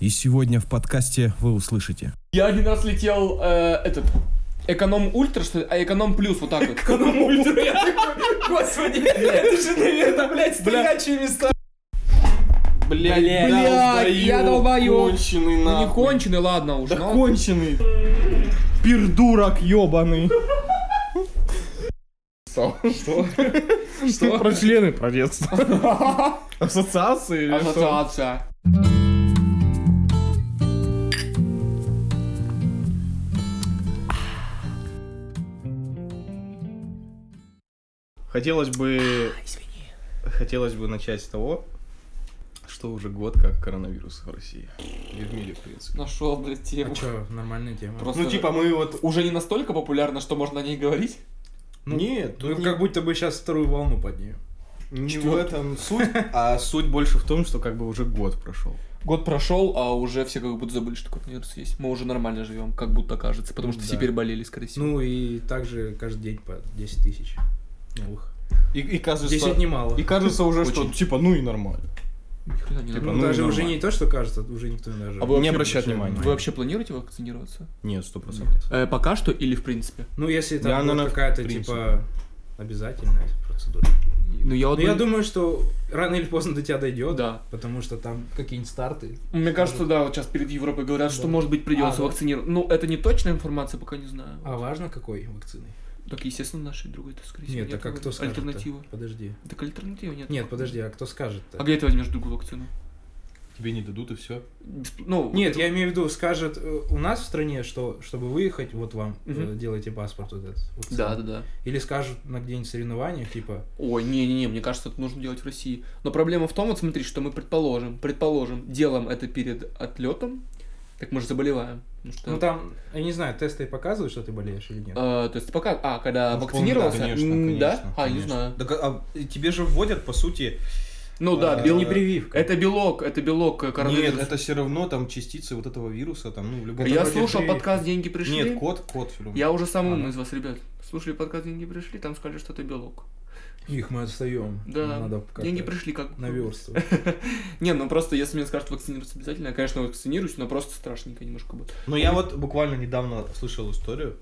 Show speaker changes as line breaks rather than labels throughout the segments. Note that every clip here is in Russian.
И сегодня в подкасте вы услышите.
Я один раз летел э, этот эконом ультра, что ли, а эконом плюс вот так вот.
Эконом ультра. Я такой, Господи, это же, наверное, блядь, стоячие места.
Блять,
Блядь, я долбоёб.
Конченый
Ну не
не конченый, ладно уж. ну,
Да
но-
конченый. Пердурак ёбаный.
Что?
Что? Про члены про детство. Ассоциации или что?
Ассоциация.
Хотелось бы... Хотелось бы начать с того, что уже год как коронавирус в России. И в мире, в принципе.
Нашел, блядь, тему.
Че, А нормальная тема.
Просто
Ну, типа, мы вот...
А уже не настолько популярно, что можно о ней говорить.
Ну,
Нет, тут
ну,
не-
как будто бы сейчас вторую волну поднимем.
не в
Четвёртый.
этом суть, а суть больше в том, что как бы уже год прошел.
Год прошел, а уже все как будто забыли, что коронавирус есть. Мы уже нормально живем, как будто кажется, потому что
Да.
все переболели, скорее всего.
Ну и также каждый день по 10 тысяч новых.
И, и кажется...
10 немало.
И кажется уже, что
Очень.
типа, ну и нормально.
Ни хрена не
типа,
нормально.
Ну,
ну,
даже уже
нормально.
не то, что кажется, уже никто даже...
А вы
не
вообще
обращать
обращаю
внимания.
Вы вообще планируете вакцинироваться?
Нет, сто процентов.
Э, пока что или в принципе?
Ну, если
Я,
там будет
наверное, в
какая-то,
принципе.
типа, обязательная процедура.
Ну я вот...
Но я думаю, что рано или поздно до тебя дойдет.
Да.
Потому что там какие-нибудь старты.
Мне кажется, да, вот сейчас перед Европой говорят, что,
Да.
может быть,
А,
придется
да.
вакцинировать. Ну, это не точная информация, пока не знаю.
А важно, какой вакцины?
Так, естественно, нашей другой, то скорее всего,
Нет, так а
вроде.
кто скажет
Альтернатива.
Подожди.
Так альтернативы нет.
Нет, подожди, а кто
А
скажет-то?
где ты возьмешь другую вакцину?
Тебе не дадут и все.
Бесп- Ну,
Нет, я имею в виду, скажет э, у нас в стране, что чтобы выехать, вот вам э,
Мгм.
делайте паспорт вот этот. вот
Да,
сам.
да, да.
Или скажут на где-нибудь соревнованиях, типа,
Ой, не-не-не, мне кажется, это нужно делать в России. Но проблема в том, вот смотри, что мы предположим, предположим, делаем это перед отлетом, так мы же заболеваем. потому что-
ну там, я не знаю, тесты показывают, что ты болеешь или нет.
Э, то есть пока... А, когда
Ну,
вакцинировался?
Ну, Конечно,
М,
конечно.
Да? А, не
конечно.
знаю.
Так, а а тебе же вводят, по сути...
Ну да,
А,
бел-
не
э,
прививка.
Это белок, это белок э,
Нет,
коронавируса.
это все равно там частицы вот этого вируса, там, ну, в любом
Я
вроде
слушал
прививка.
подкаст «Деньги пришли».
Нет, кот, кот все равно.
Я уже сам умный
Ага.
из вас, ребят. Слушали подкаст «Деньги пришли», там сказали, что это белок.
Их мы отстаем.
Да,
Надо как-то
деньги пришли как...
наверстывать.
Не, ну просто если мне скажут вакцинироваться обязательно, я, конечно, вакцинируюсь, но просто страшненько немножко будет.
Но я вот буквально недавно слышал историю,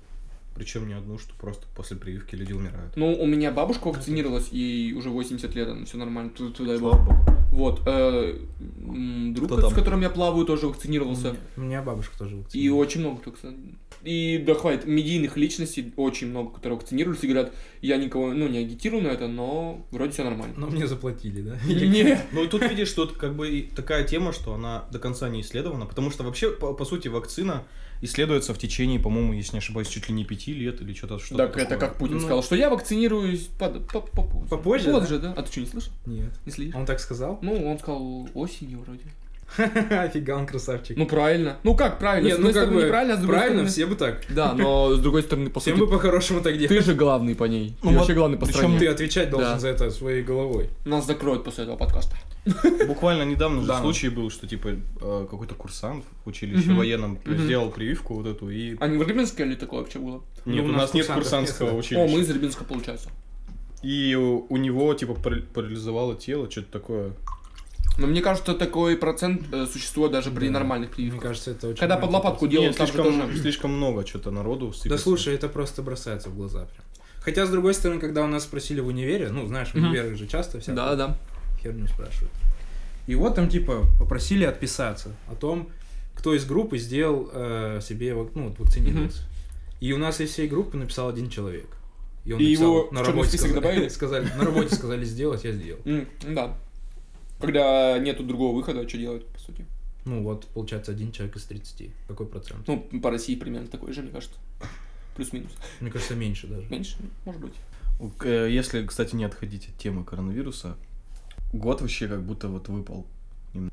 причем не одну, что просто после прививки люди умирают.
Ну, у меня бабушка вакцинировалась, ей уже 80 лет, она все нормально, туда, туда и
Слава
бог.
богу.
Вот, э, м, друг,
Кто там?
с которым я плаваю, тоже вакцинировался.
У меня бабушка тоже
Ну, И
вакцинирована.
очень много, так сказать. И да хватит, медийных личностей очень много, которые вакцинируются и говорят, я никого, ну, не агитирую на это, но вроде все нормально.
Но мне заплатили, да?
Не.
Ну и тут видишь, тут как бы и такая тема, что она до конца не исследована, потому что вообще, по, по сути, вакцина исследуется в течение, по-моему, если не ошибаюсь, чуть ли не пяти лет или что-то что
Так это как Путин
Ну.
сказал, что я вакцинируюсь под- по- по- по-
Попозже, А.
Позже, да? А ты что, не слышал?
Нет.
Не следишь?
Он так сказал?
Ну, он сказал осенью вроде.
Офига, он красавчик.
Ну, правильно. Ну, как правильно?
Не,
С одной
ну, как
стороны,
бы,
правильно, а с другой
Правильно,
стороны-
все бы так.
Да, но с другой стороны, по
Всем
сути,
бы по-хорошему так делать.
ты же главный по ней.
Ну
ты
вот,
вообще главный по
причём
стране.
Ты отвечать
Да.
должен за это своей головой.
Нас закроют после этого подкаста.
Буквально недавно же
Да, ну.
случай был, что типа э, какой-то курсант в училище
Мгм.
военном
Мгм.
сделал прививку вот эту и...
А не в Рыбинске ли такое вообще было?
Нет,
Ну,
у нас нет
курсантов
курсантского
нет, да.
училища.
О, мы из Рыбинска, получается.
И у, у него типа пар- парализовало тело, что-то такое.
Но мне кажется, такой процент э, существует даже при
Да.
нормальных
Мне
прививках.
кажется, это очень...
Когда под
маленький
лопатку
Нет,
делают, там же
слишком,
тоже...
слишком много что-то народу
Да
сыпется.
слушай, это просто бросается в глаза прям. Хотя, с другой стороны, когда у нас спросили в универе, ну, знаешь, в
Мгм.
универах же часто всякую
Да, да.
херню спрашивают. И вот там, типа, попросили отписаться о том, кто из группы сделал э, себе, вак- ну, вот вакцинировался. И у нас из всей группы написал один человек. И он
И
написал,
его в
на
черный
работе
список
сказали,
добавили?
сказали, на работе сказали сделать, я сделал.
М, Да. Когда нету другого выхода, а что делать, по сути?
Ну вот, получается, один человек из 30. Какой процент?
Ну, по России примерно такой же, мне кажется. Плюс-минус.
Мне кажется, меньше даже.
Меньше, может быть.
К- э, Если, кстати, не отходить от темы коронавируса, год вообще как будто вот выпал.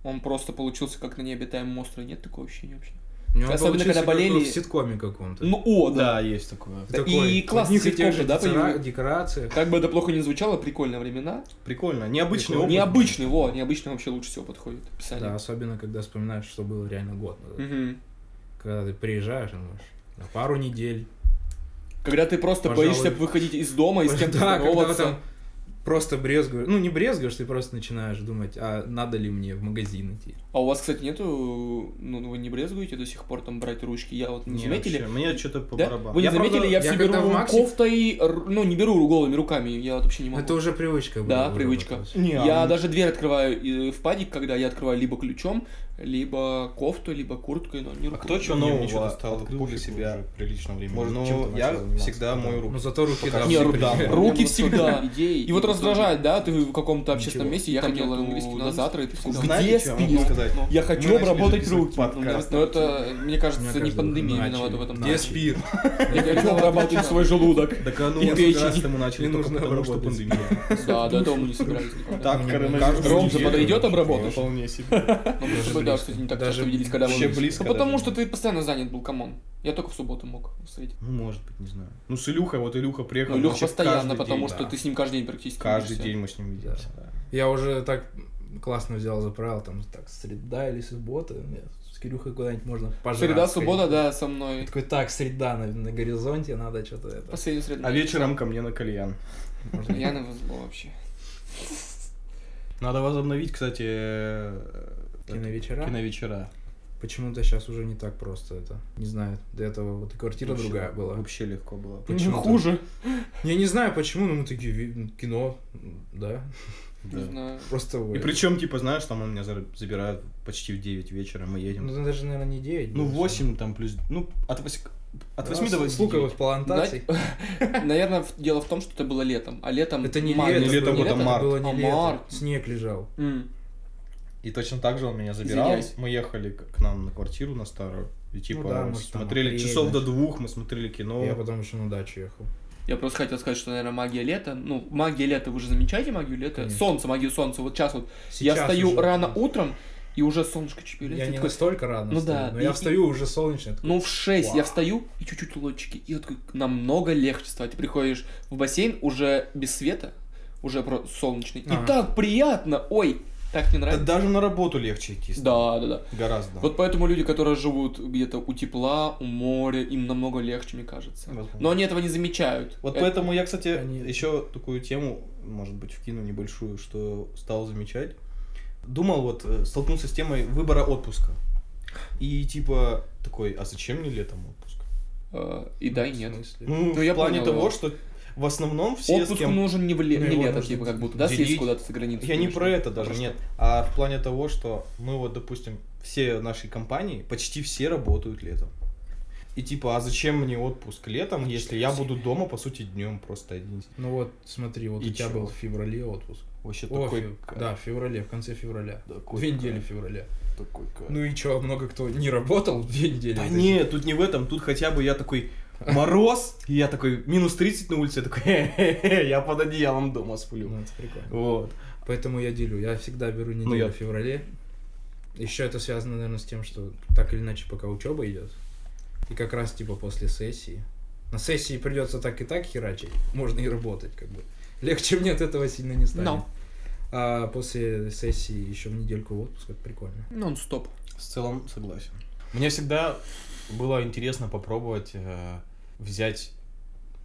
Он просто получился как на необитаемом острове. Нет такого ощущения вообще?
У него
Особенно,
получился
когда
как
болели-
вот в ситкоме каком-то.
Ну, о, да.
есть такое.
да,
Такой,
и класс
в одних и
ситком
тех же
же, да,
декора-
появился?
декорациях.
Как бы это плохо не звучало, прикольные времена.
Прикольно. Необычный
Прикольно.
опыт.
Необычный, во, необычный вообще лучше всего подходит описание.
Да, особенно когда вспоминаешь, что было реально год назад.
Мгм.
Когда ты приезжаешь, и думаешь, на пару недель
Когда ты просто
Пожалуй.
боишься выходить из дома и с кем-то
Да, когда вы
здороваться.
там просто брезгуешь. Ну, не брезгуешь, ты просто начинаешь думать, а надо ли мне в магазин идти.
А у вас, кстати, нету... Ну, вы не брезгуете до сих пор там брать ручки? Я вот не
Не,
заметили?
вообще, Мне что-то по
Да?
барабану.
Вы не
Я, правда,
заметили, я
я
все
когда
беру
в Макси-
кофтой, р- ну не беру голыми руками, я вот вообще не могу.
Это уже привычка.
Да,
была
привычка.
выработалась.
Не,
я
а-
даже дверь открываю и в падик, когда я открываю либо ключом, либо кофту, либо курткой, но не
А
рукой.
кто чего
Мне- мне
нового
чё-то стало
стал открыл для
пофигу
себя?
уже прилично времени.
Может,
чем-то
ну, я
начал заниматься,
всегда
да.
мою руку.
Ну, зато руки,
Пока
да,
не,
все
ру-
привыкли.
да,
руки
У меня
было всегда.
столько
Идей, и вот раздражает, да, ты в каком-то общественном
Ничего.
месте, я
Там
хотел
нет английского
на
надо
завтра, и ты такой,
Знаете,
где
чё я могу
спиннинг?
сказать?
Я
Мы
хочу
начали
обработать
записывать
руки.
подкаст.
Но это, мне
У меня
кажется, не
каждый
пандемия
начали.
виновата в этом.
Где спирт?
Я хочу обработать свой желудок.
Так а ну,
И
я
печень.
раз мы начали
Не
только
нужно
потому, что
обработать.
пандемия.
Да, до этого мы не собирались никогда.
Так,
Мне
коронавирус.
кажется,
Ромза
неделю.
подойдет обработать?
Вполне себе.
Ну, мы с тобой, да, кстати, не так
Даже
часто виделись, когда
Вообще
вы...
близко.
Ну, потому
даже.
что ты постоянно занят был, камон. Я только в субботу мог встретить.
Ну, может быть, не знаю. Ну, с Илюхой, вот Илюха приехал.
Ну, Лех
вообще
постоянно,
каждый
потому
день,
что
да.
ты с ним каждый день практически
Каждый
видишься.
день мы с ним видимся. да.
Я уже так классно взял за правило, там, так, среда или суббота, мне с Кирюхой куда-нибудь можно пожрать.
Среда,
сходить.
суббота, да, со
Я
мной.
такой, так, среда на, на горизонте, надо что-то это...
Последняя среда. Ну,
А вечером ко мне на кальян.
можно-
Я навезло вообще.
Надо возобновить, кстати, э,
Киновечера?
киновечера.
Почему-то сейчас уже не так просто это. Не знаю, до этого вот и квартира
Вообще-
другая была.
Вообще легко было. Ну,
Почему-то.
Хуже.
Я не знаю почему, но мы такие, ви- кино, да,
Не знаю.
просто...
И причем, типа, знаешь, там он меня за- забирают почти в 9 вечера, мы едем.
Ну, даже, наверное, не 9.
Ну, 8 там плюс... Ну, от 8, от 8 до 8.
Слуковых плантаций.
Наверное, в- дело в том, что это было летом. А летом...
Это не
март.
лето,
лето,
было,
это
это
март.
было не
А,
лето.
март.
Снег лежал.
М.
И точно так же он меня забирал.
Извиняюсь.
Мы ехали к к нам на квартиру на старую. И типа
да, может, там
смотрели
апрель,
часов до
знаешь.
двух, мы смотрели кино.
Я потом еще на дачу ехал.
Я просто хотел сказать, что, наверное, магия лета. Ну, магия лета, вы же замечаете магию лета?
Конечно.
Солнце, магию солнца. Вот сейчас вот. я
Сейчас
стою
уже.
рано утром, и уже солнышко чипилит.
Я не настолько рано
Ну
встаю,
да,
но
и-
я встаю уже солнечный. такой,
Ну, в 6
Вау.
я встаю, и чуть-чуть лодчики, и вот как намного легче вставать. Ты приходишь в бассейн уже без света, уже про солнечный. И
Ага.
так приятно! Ой, так не
Да
нравится.
даже на работу легче идти. стало.
Да, да, да.
Гораздо.
Вот поэтому люди, которые живут где-то у тепла, у моря, им намного легче, мне кажется.
Возможно.
Но они этого не замечают. Э,
Вот
Это-
поэтому я, кстати,
Они-
еще такую тему, может быть, вкину небольшую, что стал замечать. Думал, вот, э, столкнулся с темой выбора отпуска. И типа такой, а зачем мне летом отпуск?
э, И да, и
в
нет.
смысле?
Ну, в
я
плане
понял
того,
его.
что в основном все с
Отпуск
кем...
нужен не в ле-
Ну,
не
его
лето,
нужно
типа, как будто, да, съездить
делить.
куда-то за границу.
Я не
конечно.
про это
Про
даже,
что?
нет. А в плане того, что мы вот, допустим, все наши компании, почти все работают летом. И типа, а зачем мне отпуск летом, если я буду дома, по сути, днем просто один?
Ну вот, смотри, вот
И
у тебя
чё?
был в феврале отпуск.
Вообще
О,
такой...
фев-
кайф,
Да, в феврале, в конце февраля.
такой
две
кайф,
недели февраля.
Такой кайф.
Ну и чё, много кто не работал две недели?
Да
Вот эти-
нет, тут не в этом, тут хотя бы я такой мороз, и я такой минус 30 на улице, я такой, «Хе-хе-хе, я под одеялом дома сплю.
Ну, это прикольно.
Вот.
Поэтому я делю. Я всегда беру неделю
Ну, я-
в феврале. Еще это связано, наверное, с тем, что так или иначе пока учеба идет. И как раз типа после сессии. На сессии придется так и так херачить. Можно и работать, как бы. Легче мне от этого сильно не станет.
No.
А после сессии еще в недельку отпуска это прикольно.
Нон-стоп.
В целом согласен. Мне всегда было интересно попробовать э, взять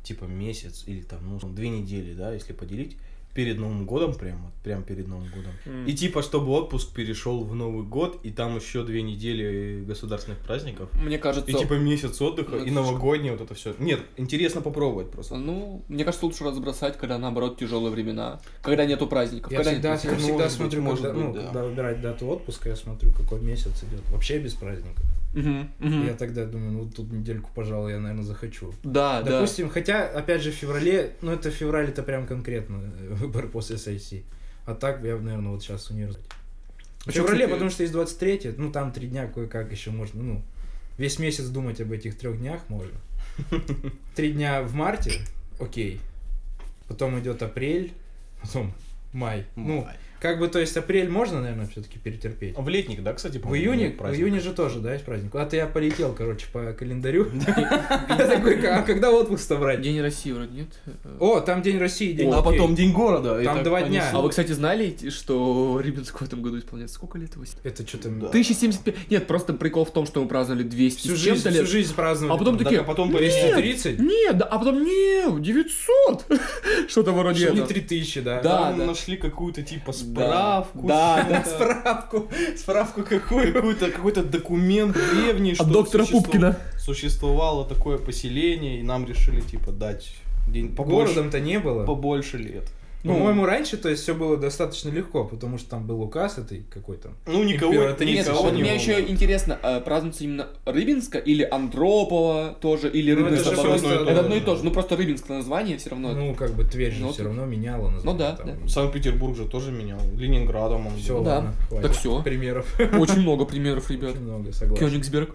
типа месяц или там, ну, две недели, да, если поделить, перед Новым годом прям, вот, прям перед Новым годом. И типа, чтобы отпуск перешел в Новый год, и там еще две недели государственных праздников.
Мне кажется...
И типа месяц отдыха,
Ну,
и
это ж-
новогоднее вот это все. Нет, интересно попробовать просто.
Ну, мне кажется, лучше разбросать, когда наоборот тяжелые времена, когда нету праздников,
Я
когда
всегда,
нету-
я
может
всегда
быть,
смотрю,
может
когда,
быть,
ну,
да.
когда выбирать дату отпуска, я смотрю, какой месяц идет. Вообще без праздников.
Мгм, мгм.
Я тогда думаю, ну тут недельку, пожалуй, я, наверное, захочу.
Да, да.
Допустим, хотя, опять же, в феврале, ну это февраль, это прям конкретно э, выбор после сессии. А так я, наверное, вот сейчас универ. В
Вообще,
феврале,
кстати,
потому что есть 23 ну там три дня кое-как еще можно, ну, весь месяц думать об этих трех днях можно. Три дня в марте, окей. Потом идет апрель, потом май. Ну, Как бы, то есть, апрель можно, наверное, все-таки перетерпеть.
В летник, да, кстати,
В июне, в июне же тоже, да, есть праздник. Куда-то я полетел, короче, по календарю. Я такой, а когда отпуск-то брать?
День России вроде нет. Э,
О, там День России, День
а
детей.
потом День города. и
Там
так
два дня.
понесло.
А вы, кстати, знали, что Рыбинску в этом году исполняется сколько лет? Восемь-
Это что-то...
Да.
1075. Нет, просто прикол в том, что мы праздновали 200
Всю
с
жизнь,
чем-то
всю
лет.
жизнь праздновали.
А потом
там,
такие,
Так, а потом
да,
повесили.
30?
Нет, да, а потом не, 900. Что-то вроде
Что не
этого.
3000, да.
Да,
Там
да.
нашли какую-то типа
Да.
справку.
Да,
что-то.
Справку. Справку какую?
Какой-то какой-то документ древний, что
От доктора
существу-
Пупкина.
существовало такое поселение, и нам решили типа дать день побольше,
Городом-то не было.
побольше лет.
Ну.
По-моему, раньше, то есть, все было достаточно легко, потому что там был указ этой какой-то.
Ну никого,
Императрица,
Нет,
Никого
вот
не
мне
было.
еще интересно, а, празднуется именно Рыбинска или Андропова тоже, или
Ну, это
Рыбинска.
же
по- Это,
всё одно и то же.
одно и то же, ну просто Рыбинск название все равно.
Ну, как бы Тверь же
Ну,
все
тут-
равно меняла название.
Ну да,
там.
да.
Санкт-Петербург же тоже менял. Ленинградом он был.
Все,
Да.
ладно, хватит.
Так всё.
Примеров.
Очень много примеров, ребят.
Очень много, согласен.
Кёнигсберг.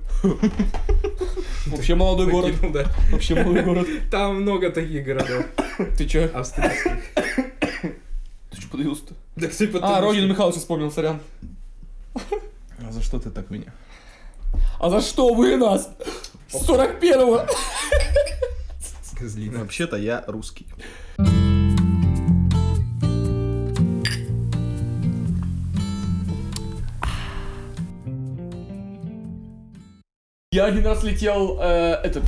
Вообще молодой город.
Покинул, да.
Вообще молодой город.
Там много таких городов
Ты чё?
австрийских.
Ты чё подавился-то?
Да, типа,
А,
ты-
Родину Михайловича вспомнил, сорян.
А за что ты так меня?
А за что вы нас? С 41-го!
Козлина.
Вообще-то я русский.
Я один раз летел, э, этот,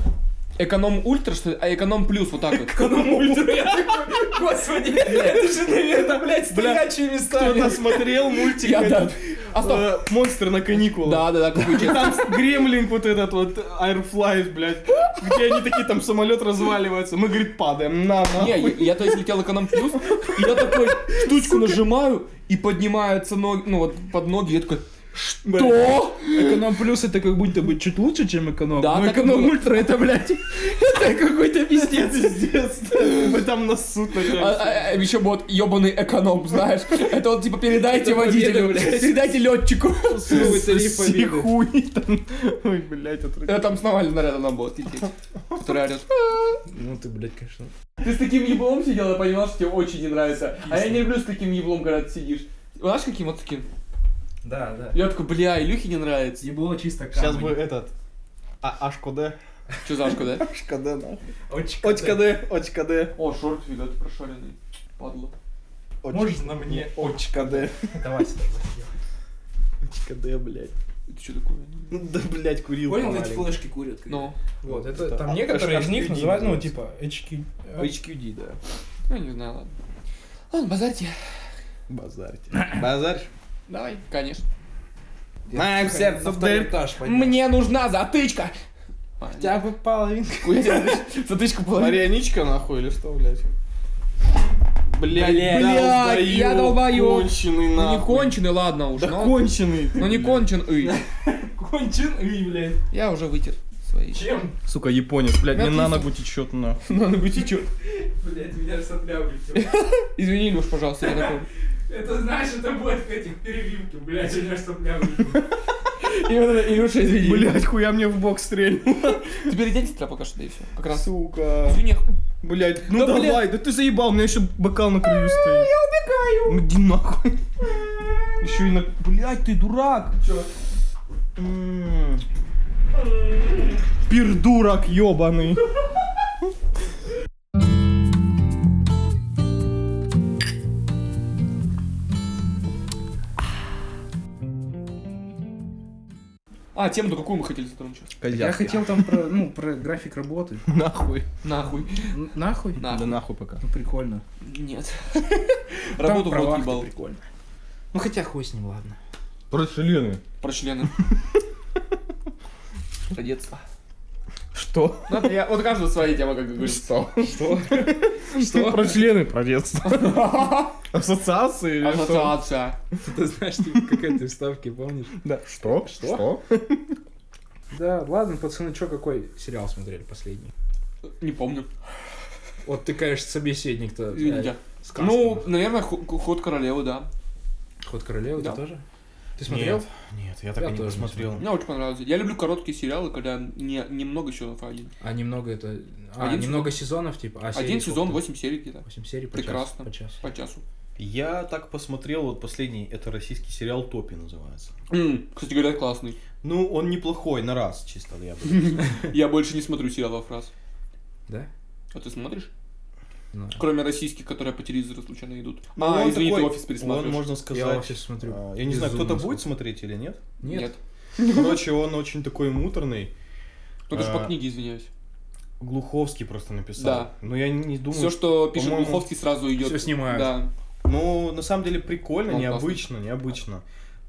эконом ультра, что ли? А эконом плюс, вот так вот.
Господи, это же, наверное, блядь, стрелячие места.
Кто-то смотрел мультик
Я, да.
этот,
А стоп.
э, «Монстры на каникулах».
Да, да, да, какой
И
чек.
там с- гремлинг вот этот вот, Airfly, блядь, где они такие, там самолет разваливается. Мы, говорит, падаем. На, на.
Не, я, я, то есть летел эконом плюс, и я такой штучку нажимаю, и поднимаются ноги, ну вот под ноги, и я такой, что?
Эконом плюс это как будто бы чуть лучше, чем эконом. Ну,
Да,
Но
так и
эконом
было.
ультра это, блядь, это какой-то пиздец.
Пиздец, мы там на суд
А,
А,
наконец.
еще вот ебаный эконом, знаешь. Это вот типа передайте
Это победа,
водителю,
блядь.
передайте летчику.
Какой-то липовидный.
хуй там. Ой, блядь, отвратительно.
Это Э, там с Навальным нарядом нам будет лететь, который орёт.
Ну ты, блядь, конечно.
Ты с таким еблом сидел, я понимал, что тебе очень не нравится. А я не люблю с таким еблом, когда ты сидишь. Знаешь, каким вот таким?
Да, да.
Я такой, бля, Илюхе не нравится.
Ебло чисто камни.
Сейчас бы этот... А, Ашкоде.
Чё за ашку, да?
Ашкоде, нахуй.
Очко.
Очкоде, очкоде,
О, шорт, фига ты прошаренный. Падла.
оч-
Можешь на мне?
Очкоде.
Давай сюда.
Очкоде, блядь.
Это что такое?
Ну Да, блядь, курил. помаленьку.
флешки курят?
Ну,
Вот, это
Это
там
аж-
некоторые
аж
из них
люди
называют, ну,
называются.
типа, очки.
HQD, да.
ну не знаю, ладно. Ладно, базарьте.
Базарьте. Базарь.
Давай, конечно.
Моя сердце в дыр.
этаж
Мне нужна затычка.
Хотя бы половинка.
Хуя тебе затыч- затычку была.
Марионичка, нахуй, или что, блядь? Блядь,
Блядь,
долбоёб,
я долбоёб.
Конченый,
Ну
нахуй.
не конченый, ладно уж.
Да
но-
конченый. ты,
Ну не
блядь.
кончен, и.
Кончен и, блядь.
Я уже вытер свои.
Чем?
Сука, японец, блядь, мне
Отлично.
на ногу течет, нахуй.
Надо быть и чё?
Блядь, меня же сопля улетела.
Извини, Илюш, пожалуйста, я такой.
Это знаешь, это будет в этих перебивке, блядь, у меня сопля улетела.
И вот это, Илюша, извини.
Блядь, хуя мне в бок стрельнул.
Теперь одень сестра пока что, да и все. Как раз.
Сука.
Извини.
Блядь, ну
Да,
давай, да ты заебал, у меня еще бокал на краю стоит. Я убегаю. Иди нахуй. Еще и на... Блядь, ты дурак.
Чё?
М. Пердурак ебаный.
А, тему-то какую мы хотели затронуть?
Я хотел там про, ну, про график работы.
Нахуй.
Нахуй.
Н- Нахуй?
Нахуй.
нахуй пока.
Ну, прикольно.
Нет.
Там
Работу в
про
рот
вахты
ебал.
прикольно. Ну, хотя хуй с ним, ладно.
Просто члены.
Про члены. Про детство.
Что?
Ну, это я- Вот у каждого своя тема, как говорится.
Что? Что? Что? Про члены, про детство. Ассоциации или что?
Ассоциация.
Ты знаешь, типа, как этой вставки, помнишь?
Да. Что? Что?
Да, ладно, пацаны, чё, какой сериал смотрели последний?
Не помню.
Вот ты, конечно, собеседник-то. блядь,
Извините.
с кастом.
Ну, наверное, ху- ход королевы, да.
Ход королевы
Да.
ты тоже? Ты смотрел?
Нет, Нет, я так
Я
и не
тоже не
посмотрел.
Мне очень понравилось. Я люблю короткие сериалы, когда не, немного еще один.
А немного это... А,
Один
немного сезонов, типа? А
Один сезон, 8 серий где-то.
Восемь серий по
Прекрасно.
часу. По часу.
По часу.
Я так посмотрел, вот последний, это российский сериал «Топи» называется.
М, Кстати говоря, классный.
Ну, он неплохой, на раз чисто, я бы.
Я больше не смотрю сериалов раз.
Да?
А ты смотришь?
Ну,
Кроме российских, которые по телевизору случайно идут.
Ну,
А,
он
извини, ты
такой-
офис
Он,
пересматриваешь.
можно
Я
сказать...
вообще смотрю.
а, Я не знаю,
безумно
кто-то будет
сколько.
смотреть или нет.
Нет.
Нет.
Короче, он очень такой муторный.
Ну, это же по
А,
книге, извиняюсь.
Глуховский просто написал.
Да.
Но я не думаю.
Все, что пишет
по-моему,
Глуховский, сразу идет.
всё снимают.
Да.
Ну, на самом деле прикольно,
Он
необычно, необычно.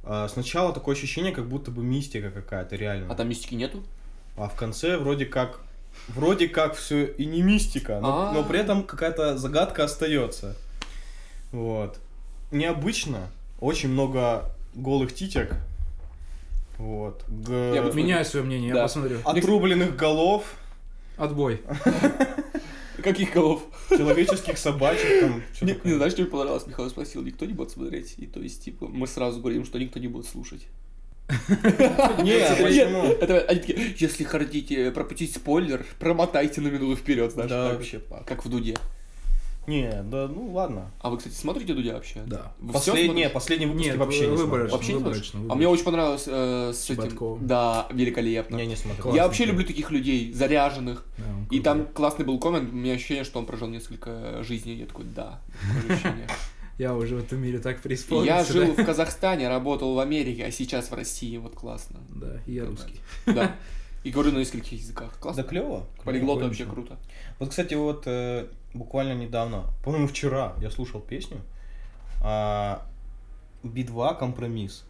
А, сначала такое ощущение, как будто бы мистика какая-то реально.
А там мистики нету?
А в конце вроде как. Вроде как все и не мистика, но,
А.
но при этом какая-то загадка остается. Вот. Необычно. Очень много голых титек. Вот. Г-
Я бы-
Меняю свое мнение,
Да.
я посмотрю.
Отрубленных голов,
Отбой.
Каких голов?
человеческих собачек там. чё
Мне,
такое.
не знаешь, что мне понравилось? Михаил спросил, никто не будет смотреть? И то есть, типа, мы сразу говорим, что никто не будет слушать.
Не, а почему?
Это, они такие, если хотите пропустить спойлер, промотайте на минуту вперед, знаешь.
Да,
так.
вообще пак.
Как в Дуде.
Не, да, ну ладно.
А вы, кстати, смотрите Дудя вообще?
Да.
Вы всё
Последние,
смотрите?
последние выпуски
Нет,
вообще не смотрел.
выборочно.
Вообще не
Выборочно,
смотришь? А
выборочно.
мне очень понравилось э, с этим.
Щепотковым.
Да, великолепно.
Я не смотрел.
Классно.
Я вообще люблю таких людей, заряженных.
Да, он
И
крутой.
там классный был коммент, у меня ощущение, что он прожил несколько жизней. Я такой, да, такое ощущение.
Я уже в этом мире так преисполнился.
Я жил
да.
в Казахстане, работал в Америке, а сейчас в России. Вот классно.
Да, и я русский.
Да. И говорю на нескольких языках.
Да
Классно.
клево.
Полиглот
Прикольно.
вообще круто.
Вот, кстати, вот э, буквально недавно, по-моему, вчера я слушал песню а, Би-2 «Компромисс».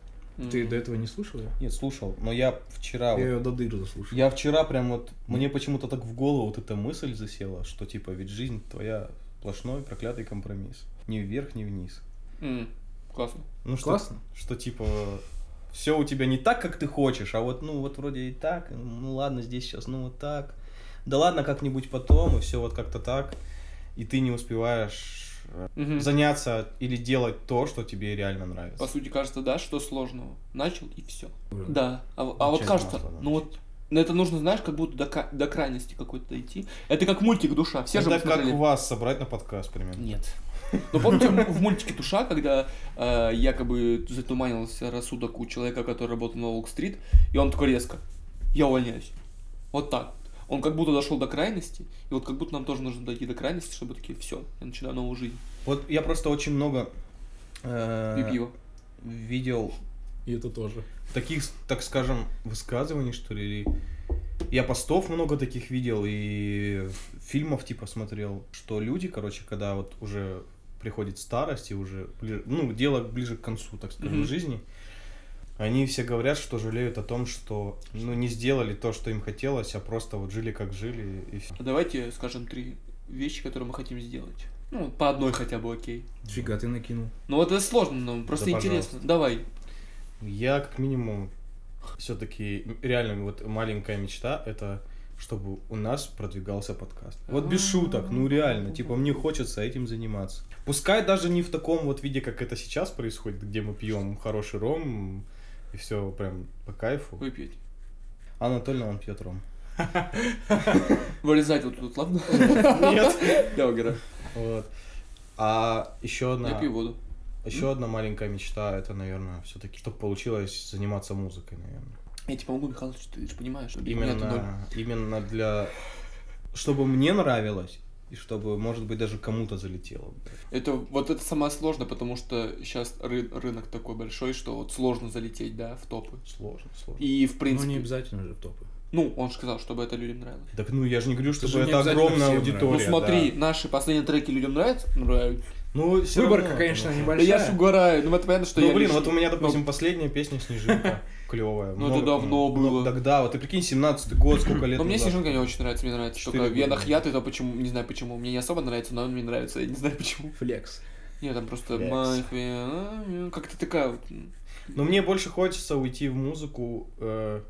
Ты
М.
до этого не слушал ее?
Нет, слушал, но я вчера...
Я
вот-
ее до дыры заслушал.
я вчера прям вот... Мне почему-то так в голову вот эта мысль засела, что типа ведь жизнь твоя сплошной проклятый компромисс. Ни вверх, ни вниз.
М. Классно.
Ну что,
Классно.
что типа все у тебя не так, как ты хочешь, а вот ну вот вроде и так, ну ладно здесь сейчас, ну вот так, да ладно как-нибудь потом и все вот как-то так, и ты не успеваешь э,
Мгм.
заняться или делать то, что тебе реально нравится.
По сути, кажется, да, что сложного. Начал и все.
Уже.
Да. А, в- а вот
Часть
кажется,
масла, да.
ну вот на это нужно, знаешь, как будто до, ка- до крайности какой-то идти. Это как мультик душа. Все же
Это как
посмотрели.
вас собрать на подкаст примерно.
Нет. Ну помните в мультике Душа, когда э, якобы затуманился рассудок у человека, который работал на Уолк-стрит, и он такой резко. Я увольняюсь. Вот так. вот. Он как будто дошел до крайности, и вот как будто нам тоже нужно дойти до крайности, чтобы такие, все, я начинаю новую жизнь.
Вот я просто очень много э,
И пиво.
видел
И это тоже.
таких, так скажем, высказываний, что ли, или- Я постов много таких видел и фильмов типа смотрел, что люди, короче, когда вот уже приходит старость и уже, бли- ну, дело ближе к концу, так скажем,
Мгм.
жизни, они все говорят, что жалеют о том, что, ну, не сделали то, что им хотелось, а просто вот жили как жили и все.
А Давайте скажем три вещи, которые мы хотим сделать. Ну, по одной хотя бы, окей.
Фига ты накинул.
Ну вот это сложно, но просто
Да,
интересно. Давай.
Я, как минимум, все-таки реально вот маленькая мечта это чтобы у нас продвигался подкаст. Вот без шуток, ну реально, типа мне хочется этим заниматься. Пускай даже не в таком вот виде, как это сейчас происходит, где мы пьем хороший ром и все прям по кайфу.
Выпить.
Анатольевна, он пьет ром.
Вырезать вот тут, ладно?
Нет.
Я угораю.
Вот. А еще
Я
одна,
пью воду.
еще одна маленькая мечта, это, наверное, все-таки, чтобы получилось заниматься музыкой, наверное.
Я тебе помогу, Михаил, ты же понимаешь, что для меня это ноль.
именно, именно для... Чтобы мне нравилось, и чтобы, может быть, даже кому-то залетело.
Это вот это самое сложное, потому что сейчас ры- рынок такой большой, что вот сложно залететь, да, в топы.
Сложно, сложно.
И в
Ну,
принципе,
не
ну,
обязательно же в топы.
он же сказал, чтобы это людям нравилось.
Так, ну, я же не говорю, что
же не
это
обязательно
огромная
всем
аудитория.
Ну
Боря,
смотри,
да.
наши последние треки людям нравятся? Нравятся.
Ну, всё
Выборка,
равно,
конечно,
конечно.
Да
небольшая.
я ж угораю, ну это понятно, что
ну,
я
блин,
лишний.
вот у меня, допустим, последняя песня «Снежинка» клевая.
Ну, это давно было.
Тогда, вот ты прикинь, 17-й год, сколько лет
Но Ну, мне
назад.
Снежинка не очень нравится, мне нравится
Четыре
только
года.
Вена Хьят, это почему, не знаю почему, мне не особо нравится, но он мне нравится, я не знаю почему.
Флекс.
Нет, там просто
Флекс.
мафия, а, как-то такая вот.
Но мне больше хочется уйти в музыку, э,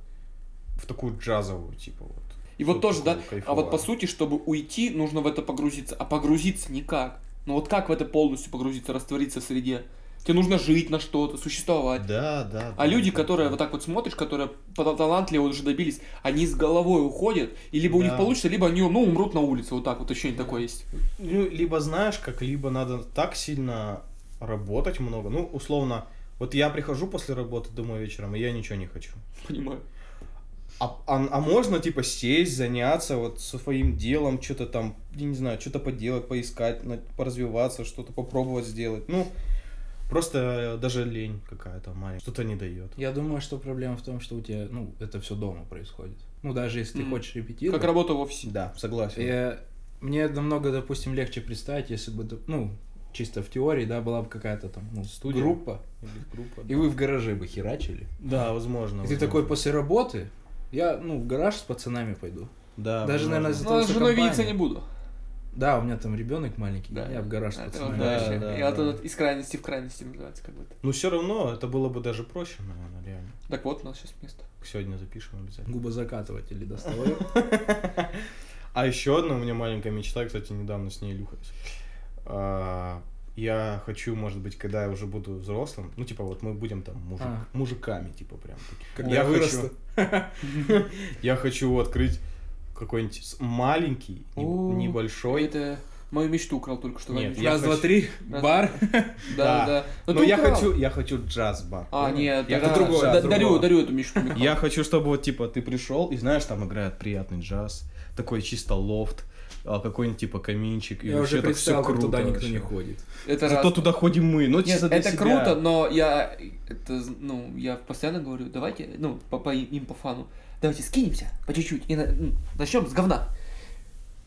в такую джазовую, типа вот.
И вот
Что
тоже, да, а вот
такого кайфового.
по сути, чтобы уйти, нужно в это погрузиться, а погрузиться никак. Ну вот как в это полностью погрузиться, раствориться в среде? Тебе нужно жить на что-то, существовать.
Да, да.
А люди, которые вот так вот смотришь, которые по- талантливо уже добились, они с головой уходят, и либо у них
Да.
получится, либо они, ну, умрут на улице, вот так вот, ощущение такое есть.
Ну, либо знаешь, как либо надо так сильно работать много. Ну, условно, вот я прихожу после работы домой вечером, и я ничего не хочу.
Понимаю.
А, а- а можно, типа, сесть, заняться вот своим делом, что-то там, я не знаю, что-то поделать, поискать, на- поразвиваться, что-то попробовать сделать. Ну, просто э, даже лень какая-то маленькая, что-то не дает.
Я думаю, что проблема в том, что у тебя, ну, это все дома происходит. Ну, даже если ты
Мгм.
хочешь репетировать.
Как работа в офисе.
Да, согласен.
Я- мне намного, допустим, легче представить, если бы, д- ну, чисто в теории, да, была бы какая-то там ну,
Студия.
группа,
Или группа,
и вы в гараже бы херачили.
Да, возможно.
и ты
возможно.
такой после работы, я, ну, в гараж с пацанами пойду.
Да, возможно.
даже, наверное, за-
Ну,
потому
с
что
женой
компания.
видеться не буду.
Да, у меня там ребенок маленький,
Да.
я в гараж с
Это
пацанами.
вот
Да,
вообще.
да,
Я вот
да.
этот из крайности в крайности называется как будто.
Но все Ну, равно это было бы даже проще, наверное, реально.
Так вот, у нас сейчас место.
Сегодня запишем обязательно.
Губозакатыватели доставай.
А еще одна у меня маленькая мечта, кстати, недавно с ней Илюха. а, Я хочу, может быть, когда я уже буду взрослым, ну, типа, вот мы будем там мужик-
А.
мужиками, типа, прям. такие.
Когда
я
я
вырасту. Я хочу открыть какой-нибудь с- маленький, не-
О,
небольшой.
Это мою мечту украл только что.
Нет,
Ваня.
я
Раз, два,
хочу-
три,
Раз-
бар.
Да,
да.
да. Ну,
Но
ты
Ну, я
украл.
хочу, я хочу джаз-бар.
А,
понял?
нет,
я
да,
хочу
другое,
джаз-
да,
другое.
дарю, дарю эту мечту. Михаил.
Я хочу, чтобы вот типа ты пришел и знаешь, там играет приятный джаз, такой чисто лофт, а, какой-нибудь типа каминчик и
Я
вообще
уже
так все
представил, как
круто.
туда никто
вообще.
не ходит.
Это
Зато
раз.
туда ходим мы, но
Нет,
чисто для
это
себя.
круто, но я, это, ну, я постоянно говорю, давайте, ну, по, по им по фану, давайте скинемся по чуть-чуть и на- ну, начнем с говна.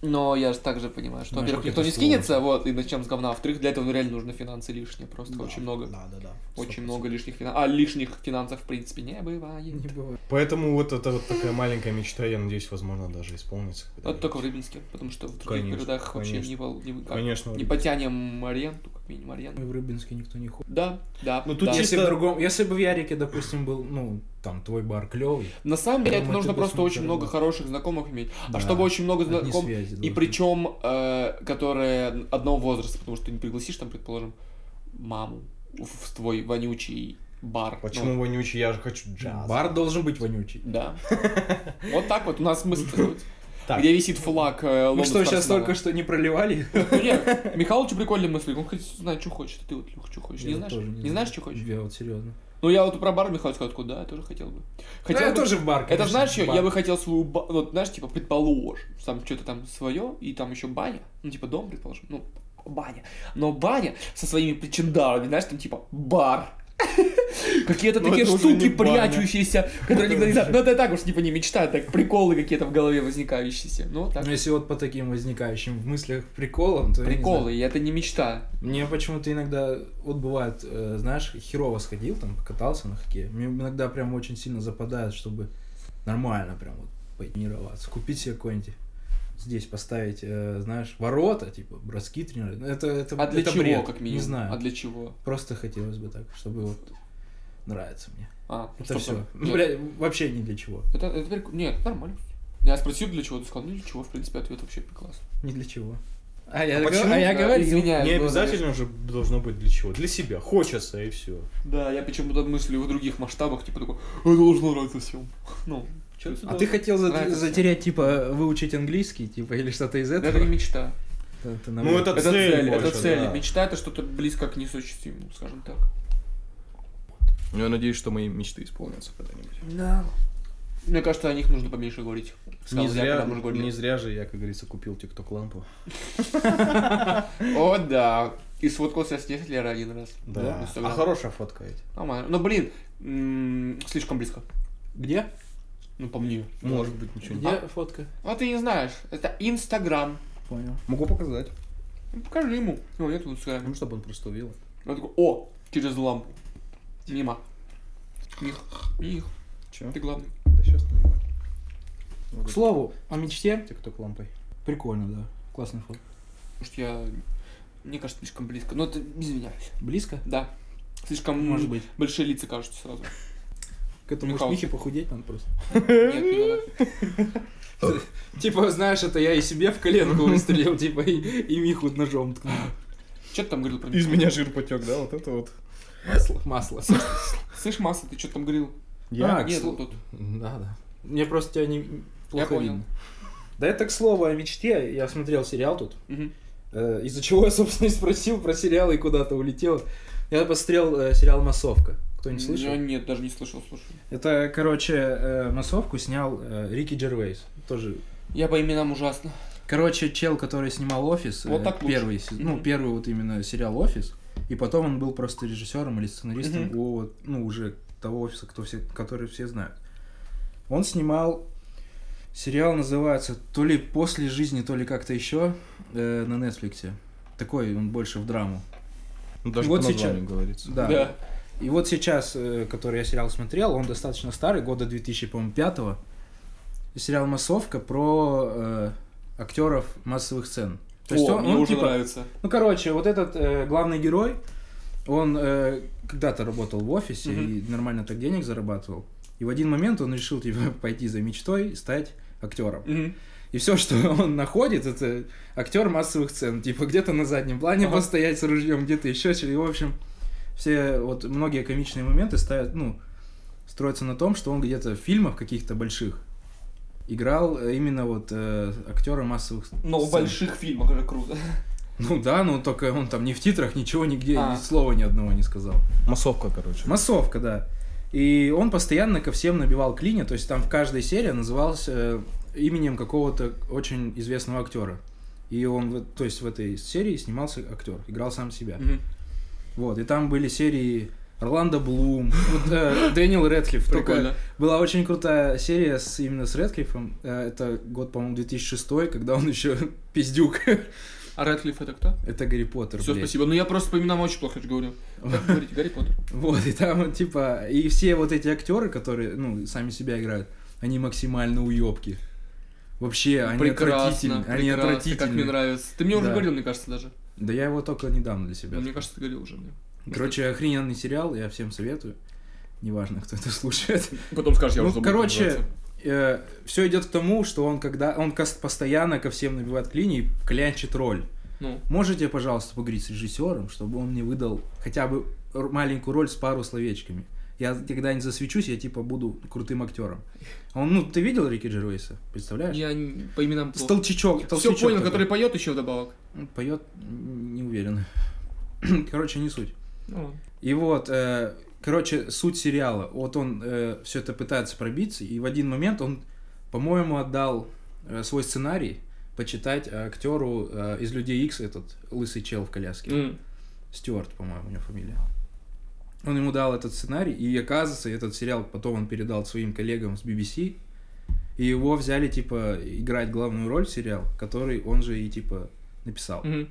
Но я же также понимаю, что,
Ну,
Знаешь,
во-первых,
как
никто
это
не
сложно.
скинется, вот, и начнем с говна, а во-вторых, для этого ну, реально нужно финансы лишние, просто
Да,
очень много,
Да, да, да.
очень
100%.
много лишних финансов, а лишних финансов, в принципе, не бывает.
Не бывает.
Поэтому вот это вот такая маленькая мечта, я надеюсь, возможно, даже исполнится.
Это
когда-нибудь.
только в Рыбинске, потому что в других
Конечно,
городах вообще
конечно.
не, вол- не, как,
Конечно.
не потянем аренду, как минимум аренду.
Мы в Рыбинске никто не ходит.
Да, да.
Ну, тут
да.
чисто-
Если бы в другом, если бы в Ярике, допустим, был, ну, там твой бар клевый,
На самом деле, это
Думаю,
нужно
ты бы
просто
смог
очень много
заработать.
хороших знакомых иметь.
Да.
А чтобы очень много
одни
знакомых,
связи
и
должны.
причем, э, которые одного возраста, потому что не пригласишь там, предположим, маму в в твой вонючий бар.
Почему
Ну,
вонючий? Я же хочу джаз.
бар должен быть вонючий.
да. Вот так вот у нас мысль.
Так.
Где висит флаг э,
Мы что,
Лондонского
сейчас
арсенала.
только что не проливали?
Ну, нет, Михалычу прикольная мысль. Он хоть знает, что хочет, а ты вот, Люх, что хочешь. Не
Я
знаешь?
тоже
Не знаешь, что хочешь?
Я вот серьезно.
Ну, я вот про бар Михалыч сказал, откуда, да, я тоже хотел бы.
Да,
Хотел
я
бы-
тоже в бар,
Это
конечно,
знаешь, я-
бар.
я бы хотел свою ба- вот знаешь, типа, предположим, там что-то там свое, и там еще баня, ну, типа, дом, предположим, ну, баня. Но баня со своими причиндарами, знаешь, там, типа, бар. Какие-то
Ну,
такие
это уже не
штуки
баня.
прячущиеся, которые никто не знает. Ну, это так уж, типа, не мечта, так приколы какие-то в голове возникающиеся. Ну, так.
Но если вот по таким возникающим в мыслях приколам, то я не
Приколы, и это не мечта.
знаю. Мне почему-то иногда, вот бывает, э, знаешь, херово сходил, там, покатался на хоккее. Мне иногда прям очень сильно западает, чтобы нормально прям вот потренироваться. Купить себе какой-нибудь здесь поставить, э, знаешь, ворота, типа, броски тренировать. Ну, Это, это,
А для
это
чего,
бред.
как минимум?
Не знаю.
А для чего?
Просто хотелось бы так, чтобы вот нравится мне.
А,
Это Ну,
чтоб
все.
там- Нет,
Бля, вообще ни для чего.
Это, это прик- Нет, нормально. Я спросил, для чего, ты сказал, ну, для чего, в принципе, ответ вообще прекрасный.
Ни для чего. А я, говорю,
почему?
а я
Да,
говорил.
извиняюсь,
Не
было,
обязательно же должно быть для чего. Для себя. Хочется и все.
Да, я почему-то мыслю в других масштабах, типа такой, это должно нравиться всем. Ну, чё
А ты хотел зат-
Нравится.
затерять, типа, выучить английский, типа, или что-то из
это не
этого?
мечта.
Это- это
Ну,
навряд
это,
Это цель, это
больше,
цель.
да.
Мечта это что-то близко к несуществимому, скажем так.
Я надеюсь, что мои мечты исполнятся когда-нибудь.
Да. Мне кажется, о них нужно поменьше говорить. Сказал
Не
я,
зря,
когда мы уже говорили.
не зря же я, как говорится, купил тикток лампу.
О, да. И сфоткался с Нефлера один раз. В Инстаграм.
А хорошая фотка ведь.
Нормально. Ну, блин, м, слишком близко.
Где?
Ну, по мне.
Может быть, ничего не.
Где фотка?
А ты не знаешь. Это Инстаграм.
Понял.
Могу показать.
Ну, покажи ему. Ну, нет в Инстаграме.
Ну, чтобы он просто увидел.
Он такой, о, через лампу. Мимо. Мих, Мих,
Че?
ты главный.
Да сейчас
К слову, о мечте.
Тикток лампой.
Прикольно, да. Классный фото.
Потому что я, мне кажется, слишком близко. Но это, извиняюсь.
Близко?
Да. Слишком,
Может быть.
большие лица кажутся сразу.
К этому
Михаил.
шмихе похудеть надо просто.
Нет, не надо.
Типа, знаешь, это я и себе в коленку выстрелил, типа, и, и Миху ножом ткнул.
Что ты там говорил про
Из
меня?
меня жир потек, да? Вот это вот.
Масло. А,
Слышь, Масса, ты что там говорил?
Я? Так,
Нет,
слу-
вот тут.
Да, да. Мне просто тебя не плохо
понял.
видно. Да это, к слову, о мечте. Я смотрел сериал тут.
Мгм.
Э, Из-за чего я, собственно, и спросил про сериалы и куда-то улетел. Я посмотрел э, сериал «Массовка». Кто-нибудь слышал?
Я нет, даже не слышал, слушай.
Это, короче, э, «Массовку» снял э, Рики Джервейс. Тоже.
Я по именам ужасно.
Короче, чел, который снимал «Офис», э,
Вот так лучше.
первый, сез- ну,
Мгм.
первый вот именно сериал «Офис», и потом он был просто режиссером или сценаристом
Мгм.
у, вот, ну, уже того офиса, кто все, который все знают. Он снимал сериал, называется то ли «После жизни», то ли как-то еще э, на Нетфликсе. Такой он больше в драму.
Ну, даже
Вот
по названию
сейчас.
говорится.
Да. И вот сейчас, э, который я сериал смотрел, он достаточно старый, года 2005 Сериал «Массовка» про э, актеров массовых сцен. То есть
О,
он,
мне
он
уже
типа-
нравится.
Ну, короче, вот этот э, главный герой, он э, когда-то работал в офисе
Мгм.
и нормально так денег зарабатывал. И в один момент он решил типа, пойти за мечтой и стать актером.
Мгм.
И все, что он находит, это актер массовых сцен. Типа где-то на заднем плане
Ага.
постоять с ружьем, где-то еще. И, в общем, все вот многие комичные моменты ставят, ну, строятся на том, что он где-то в фильмах каких-то больших играл э, именно вот э, актера массовых
Но в
сцен.
больших фильмах это круто.
Ну да, но только он там не в титрах, ничего нигде,
А.
ни слова ни одного не сказал.
Массовка, короче.
Массовка, да. И он постоянно ко всем набивал клини, то есть там в каждой серии назывался именем какого-то очень известного актера. И он, в- то есть в этой серии снимался актер, играл сам себя.
Мгм.
Вот, и там были серии Орландо Блум, вот, э, Дэниел Рэдклифф. Только
Прикольно.
была очень крутая серия с, именно с Рэдклиффом. Э, Это год, по-моему, 2006, когда он еще пиздюк.
А Рэдклифф это кто?
Это Гарри Поттер,
Все,
блядь.
спасибо. Ну я просто по именам очень плохо говорю. Как говорите, Гарри Поттер?
Вот, и там, типа, и все вот эти актеры, которые, ну, сами себя играют, они максимально уебки. Вообще, они
Прекрасно,
отвратительны. Они
прекрасно,
отвратительны.
как мне нравится. Ты мне уже
Да.
говорил, мне кажется, даже.
Да я его только недавно для себя.
Мне кажется, ты говорил уже мне.
Короче, охрененный сериал, я всем советую. Неважно, кто это слушает.
Потом скажешь, я
ну,
уже забыл, как
короче,
называется.
все идет к тому, что он когда он кос- постоянно ко всем набивает клини и клянчит роль.
Ну,
Можете, пожалуйста, поговорить с режиссером, чтобы он мне выдал хотя бы р- маленькую роль с пару словечками. Я когда не засвечусь, я типа буду крутым актером. А Он, ну, ты видел Рики Джервейса? Представляешь?
я не- по именам
С толчечок,
Все
толстячок
ну, понял,
такой.
который поет еще вдобавок.
Он Поет, м, не уверен. Короче, не суть.
Ну,
И вот, э, короче, суть сериала. Вот он все это пытается пробиться, и в один момент он, по-моему, отдал э, свой сценарий почитать э, актеру э, из Людей Икс, этот лысый чел в коляске.
м,
Стюарт, по-моему, у него фамилия. Он ему дал этот сценарий, и оказывается, этот сериал потом он передал своим коллегам с BBC, и его взяли, типа, играть главную роль в сериал, который он же и, типа, написал.
мгм.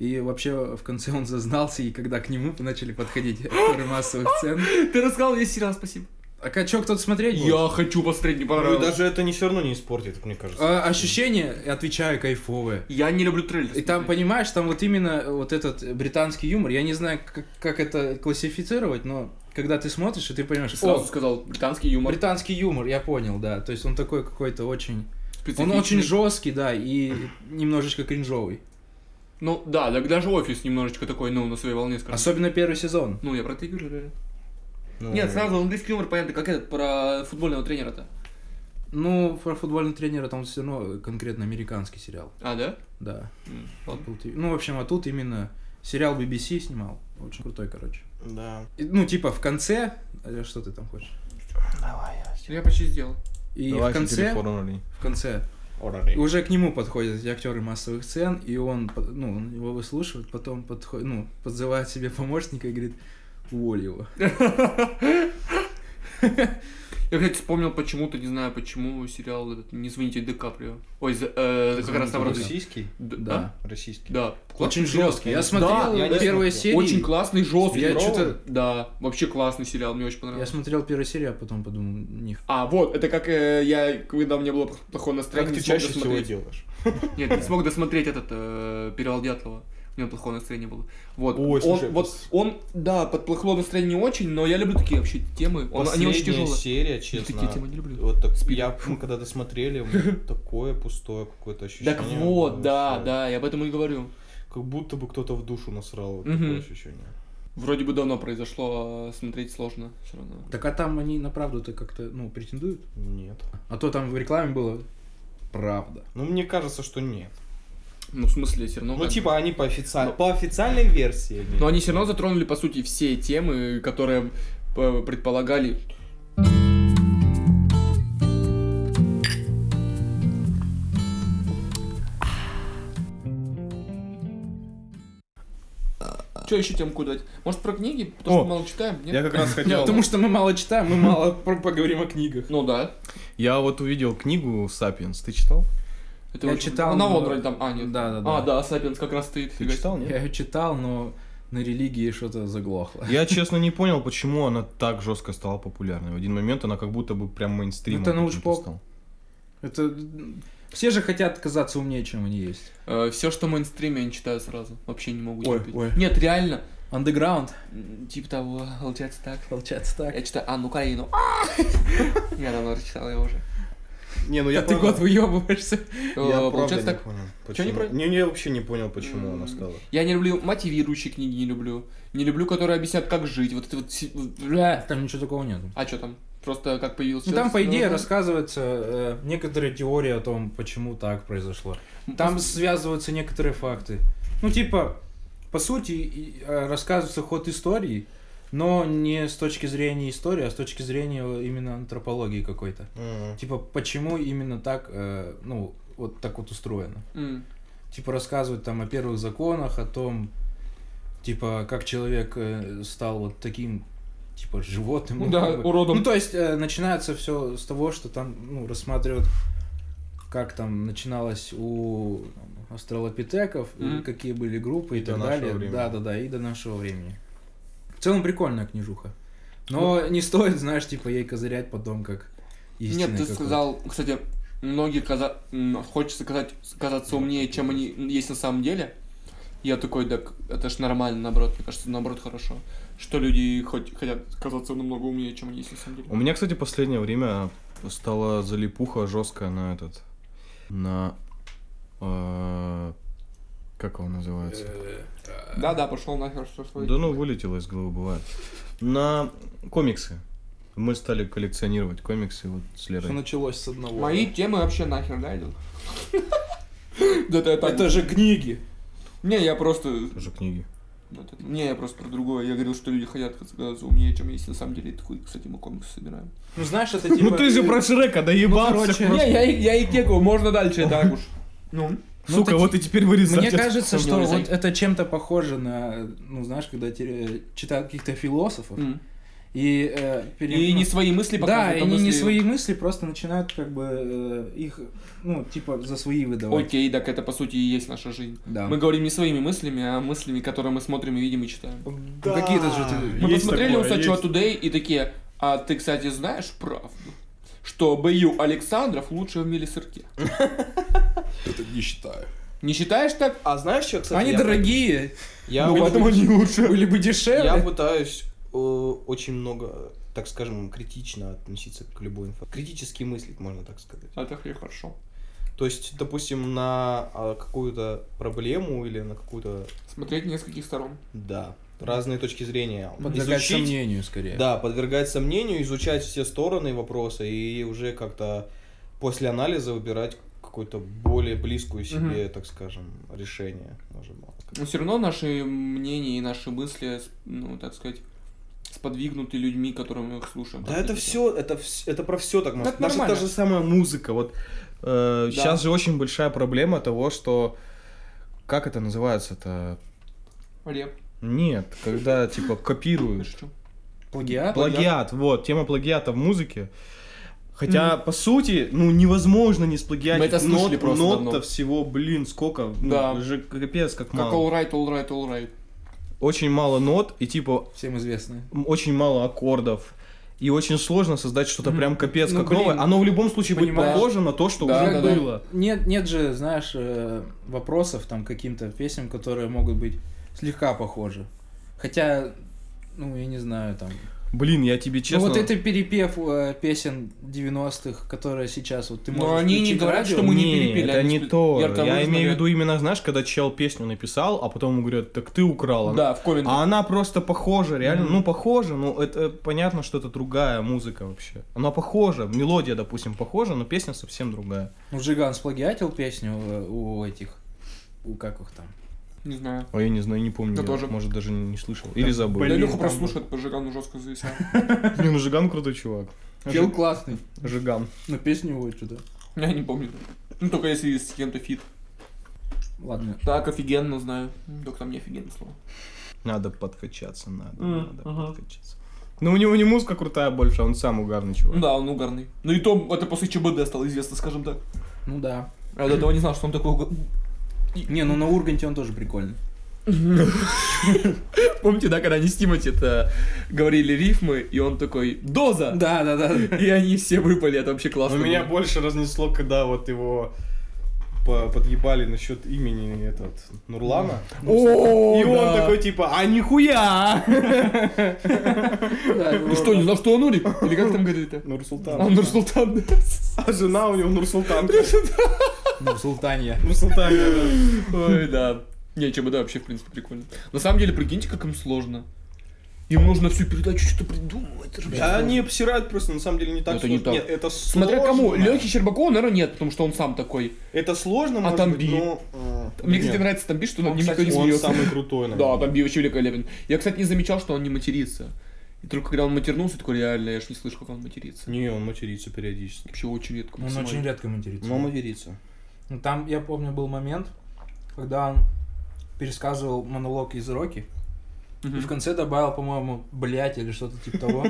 И вообще, в конце он зазнался, и когда к нему начали подходить актеры массовых сцен,
Ты рассказал весь сериал, спасибо.
а ка- чё, кто-то смотреть будет?
Я хочу посмотреть, не
Ну, и
понравилось.
даже это не все равно не испортит, мне кажется.
А, ощущения, отвечаю, кайфовые.
Я не люблю трейлер.
И там, понимаешь, там вот именно вот этот британский юмор, я не знаю, как, как это классифицировать, но когда ты смотришь, и ты понимаешь,
Сразу
«О,
сказал, британский юмор.
Британский юмор, я понял, да. То есть он такой какой-то очень... Он
специфичный.
очень жесткий, да, и немножечко кринжовый.
Ну, да, так даже офис немножечко такой, ну, на своей волне, скажем.
Особенно первый сезон.
Ну, я про это и говорю, реально.
Ну,
Нет, сразу английский юмор, понятно, как этот, про футбольного тренера-то.
Ну, про футбольного тренера там все равно конкретно американский сериал.
А, да?
Да.
М, ладно.
Apple TV. Ну, в общем, а тут именно сериал BBC снимал. Очень крутой, короче.
Да.
И, ну, типа в конце... э, Что ты там хочешь?
Давай,
Я почти сделал.
И в конце... В конце И уже к нему подходят эти актеры массовых сцен, и он, по- ну, он его выслушивает, потом подходит, ну, подзывает себе помощника и говорит, уволь его.
Я, кстати, вспомнил почему-то, не знаю почему, сериал этот «Не звоните Ди Каприо». Ой, за- э, как раз
Звоните
наоборот.
Ди
Российский?
Д-
Да.
Российский.
Да.
Очень
Классный сериал.
жесткий. Я
конечно.
смотрел
Да, я не смотрел.
первую серию.
Очень классный, жесткий.
Я
здоровый.
чё-то-
Да, вообще классный сериал, мне очень
Я
понравился.
смотрел первую серию, а потом подумал, них.
А, вот, это как э, я, когда у меня было плохое
Как
настроение,
ты
не смог
чаще всего
досмотреть.
делаешь?
Нет, не смог досмотреть этот э, «Перевал Дятлова». У меня плохое настроение было. Вот.
Ой, слушай,
он, вот,
пос-
он, да, под плохое настроение не очень, но я люблю такие вообще темы. Он- они очень
Последняя
тяжелые.
серия,
Я
честно.
такие темы не люблю.
Вот так,
Спит.
я, мы когда досмотрели, у меня такое пустое какое-то ощущение.
Так вот,
было,
да,
что
да, я об этом и говорю.
Как будто бы кто-то в душу насрал, вот
Мгм.
такое ощущение.
Вроде бы давно произошло, а смотреть сложно все равно.
Так а там они на правду-то как-то, ну, претендуют.
Нет.
А то там в рекламе было правда.
Ну, мне кажется, что нет.
Ну, в смысле, все равно...
Ну,
как бы-
типа, они по официальной,
Ну.
по официальной версии. имеют.
Но они все равно затронули, по сути, все темы, которые э, предполагали. Что еще темку дать? Может, про книги? Потому что
О,
мало читаем, нет?
Я как раз
Да,
хотел...
потому что мы мало читаем, мы мало про- поговорим о книгах.
Ну да.
Я вот увидел книгу «Сапиенс». Ты читал?
Это
Я
очень-
читал,
Она
но-
вон вроде там. А, нет.
Да, да,
А,
да.
да, Сапиенс как раз стоит.
Ты читал, нет?
Я ее читал, но на религии что-то заглохло.
Я, честно, не понял, почему она так жестко стала популярной. В один момент она как будто бы прям мейнстрим.
Это научпоп. Это... м, Все же хотят казаться умнее, чем они есть.
все, э, что мейнстрим, я не читаю сразу. Вообще не могу
Ой,
терпеть.
ой.
Нет, реально.
Андеграунд.
М, Типа того, получается так.
Получается так.
Я читаю Анну Каренину. Я давно читал ее уже.
Не, ну
Я
я
ты год выебываешься.
Э, Получается так. Чё не
не
про-
Не, я вообще не понял, почему
М.
она стала.
Я не люблю мотивирующие книги, не люблю. Не люблю, которые объясняют, как жить. Вот это вот... си- бля.
Там ничего такого нет.
А что там? Просто как появился...
Ну, там, по
человек с
идее,
новым-
рассказывается э, некоторая теория о том, почему так произошло. Там связываются некоторые факты. Ну, типа, по сути, и, э, рассказывается ход истории, но не с точки зрения истории, а с точки зрения именно антропологии какой-то. Типа, почему именно так, э, ну, вот так вот устроено.
М.
Типа, рассказывают там о первых законах, о том, типа, как человек э, стал вот таким, типа, животным.
Ну
ну,
да,
как бы.
уродом.
Ну, то есть, э, начинается все с того, что там, ну, рассматривают, как там начиналось у там, австралопитеков, и
Мгм.
какие были группы и,
И
так
до нашего
далее.
времени.
Да, да, да, и до нашего времени. В целом прикольная книжуха. Но не стоит, знаешь, типа ей козырять потом, как истинной
Ну. Нет, ты
какой-то.
сказал... Кстати, многие каза... м, хочется казать... казаться умнее, чем они есть на самом деле. Я такой, так это ж нормально, наоборот. Мне кажется, наоборот, хорошо. Что люди хоть хотят казаться намного умнее, чем они есть на самом деле.
У меня, кстати, последнее время стала залипуха жесткая на этот... На... э, Как он называется?
Да-да, пошел нахер, что свой.
Да ну, вылетело из головы, бывает. На комиксы. Мы стали коллекционировать комиксы вот с
Что
Лерой.
началось с одного.
Мои темы вообще нахер, да, идут? Да ты
Это же книги.
Не, я просто...
Тоже книги.
вот это- Не, я просто про другое. Я говорил, что люди хотят казаться умнее, чем есть. На самом деле, такой, кстати, мы комиксы собираем.
Ну, знаешь, это типа...
э, Шрека
короче, Не,
я, я и кекаю, можно дальше, так уж. Ну?
Ну, Сука, так- вот
и теперь вырезать.
Мне кажется,
Сам не
что
вырезай.
вот это чем-то похоже на, ну, знаешь, когда те- читают каких-то философов и... э, пере-
И
ну,
не свои мысли
Да,
показывают, а
и они не
мысли-
свои мысли просто начинают как бы э, их, ну, типа, за свои выдавать.
Окей, так это, по сути, и есть наша жизнь.
Да.
Мы говорим не своими мыслями, а мыслями, которые мы смотрим и видим и читаем.
Ну, какие-то же ты-
Мы посмотрели у Сачуа Today и такие, а ты, кстати, знаешь правду? Что Б.Ю. Александров лучше в мире сырке.
Это не считаю.
Не считаешь так?
А знаешь, что, кстати,
они
я-
дорогие,
Я,
ну,
я
поэтому
пытаюсь-
они лучше. Были бы
я
дешевле.
пытаюсь э, очень много, так скажем, критично относиться к любой инфо. Критически мыслить, можно так сказать.
Это хрен хорошо.
То есть, допустим, на а, какую-то проблему или на какую-то,
Смотреть нескольких сторон.
да, разные точки зрения.
Подвергать
Изучить,
сомнению, скорее.
Да, подвергать сомнению, изучать все стороны вопроса и уже как-то после анализа выбирать какую-то более близкую себе, так скажем, решение. Может, быть.
Но все равно наши мнения и наши мысли, с- ну, так сказать, сподвигнуты людьми, которым мы их слушаем.
Да это все, это вс- это про все так.
Так
может. Даже та
нормально.
же самая музыка. Вот сейчас же очень большая проблема того, что как это называется-то?
Реп.
Нет, когда типа
Я
копируют.
шучу. Плагиат.
Плагиат?
Плагиат, вот, тема плагиата в музыке. Хотя, по сути, ну, невозможно не
Мы это
сплагиатить
слышали
нот,
просто
нот-то
давно.
всего, блин, сколько, ну,
Да.
же капец, как
Как
мало.
all right, all right, all right.
Очень мало нот и, типа,
Всем известные.
м, очень мало аккордов. И очень сложно создать что-то
Мгм.
прям капец
Ну,
как
блин,
новое. Оно в любом случае будет
понимаешь?
похоже на то, что
Да,
уже
да, да.
было.
Нет, нет же, знаешь, э, вопросов там к каким-то песням, которые могут быть слегка похожи. Хотя, ну, я не знаю, там.
Блин, я тебе
Ну,
честно...
вот это перепев э, песен 90-х, которые сейчас вот ты
Но
можешь
они не
включить
говорят,
радио.
что мы не
Не,
перепели,
это
они
не
спли-
то.
ярко
Я
выраженные.
имею в виду именно, знаешь, когда чел песню написал, а потом ему говорят, так ты украл.
Да, в комментах.
А она просто похожа, реально.
Мгм.
Ну, похожа, ну, это понятно, что это другая музыка вообще. Она похожа, мелодия, допустим, похожа, но песня совсем другая.
Ну, Джиган сплагиатил песню э, у этих у как их там.
Не знаю.
А я не знаю, не помню.
Да
я,
тоже.
Может, даже не слышал. Или забыл.
да
Блин,
Леха
там
просто
был.
слушает по Жигану жестко завися.
Не, ну Жиган крутой чувак.
Чел классный.
Жи- Жиган.
Ну, песни его что-то.
Я не помню. Ну, только если с кем-то фит.
Ладно.
Так, офигенно знаю. М, Только там не офигенно слово.
Надо подкачаться, надо,
М,
надо
ага.
подкачаться. Ну, у него не музыка крутая больше, он сам угарный
Ну
чувак.
да, он угарный. Ну и то, это после ЧБД стало известно, скажем так.
Ну да.
Я до этого не знал, что он такой уга-
Не, ну на Урганте он тоже прикольный.
Помните, да, когда они с Тимати это говорили рифмы, и он такой «Доза!»
Да, да, да.
И они все выпали, это вообще
Но
классно.
меня
было.
больше разнесло, когда вот его по- подъебали насчет имени этот Нурлана. Ну,
О,
И он
да.
такой типа, а нихуя!
Ты что, не знал, что он Урик? Или как там говорит это?
Нурсултан.
Он Нурсултан. да.
А жена у него Нурсултан.
Ну, Султанья.
Нурсултан, да.
Ой, да. Не, ЧБД вообще, в принципе, прикольно. На самом деле, прикиньте, как им сложно. Им нужно всю передачу что-то придумывать. это же вообще
Да
сложно.
А они обсирают просто, на самом деле не так
Это не
сложно.
так.
Нет, это
Смотря кому,
сложно.
Лехе Щербакову, наверное, нет, потому что он сам такой.
Это сложно, может
Тамби?
быть, но... э,
А Мне,
нет.
кстати, нравится Тамби, что над
Он,
ним никто
кстати,
не
он
смеется.
самый крутой,
Да,
наверное.
Тамби вообще великолепен. Я, кстати, не замечал, что он не матерится. И только когда он матернулся, такой, реально, я ж не слышу, как он матерится.
Не, он матерится периодически.
Вообще очень редко.
Он
максимально.
очень редко матерится.
Но матерится.
Ну, Там, я помню, был момент, когда он пересказывал монолог из Рокки, и
Мгм.
в конце добавил, по-моему, блять или что-то типа того.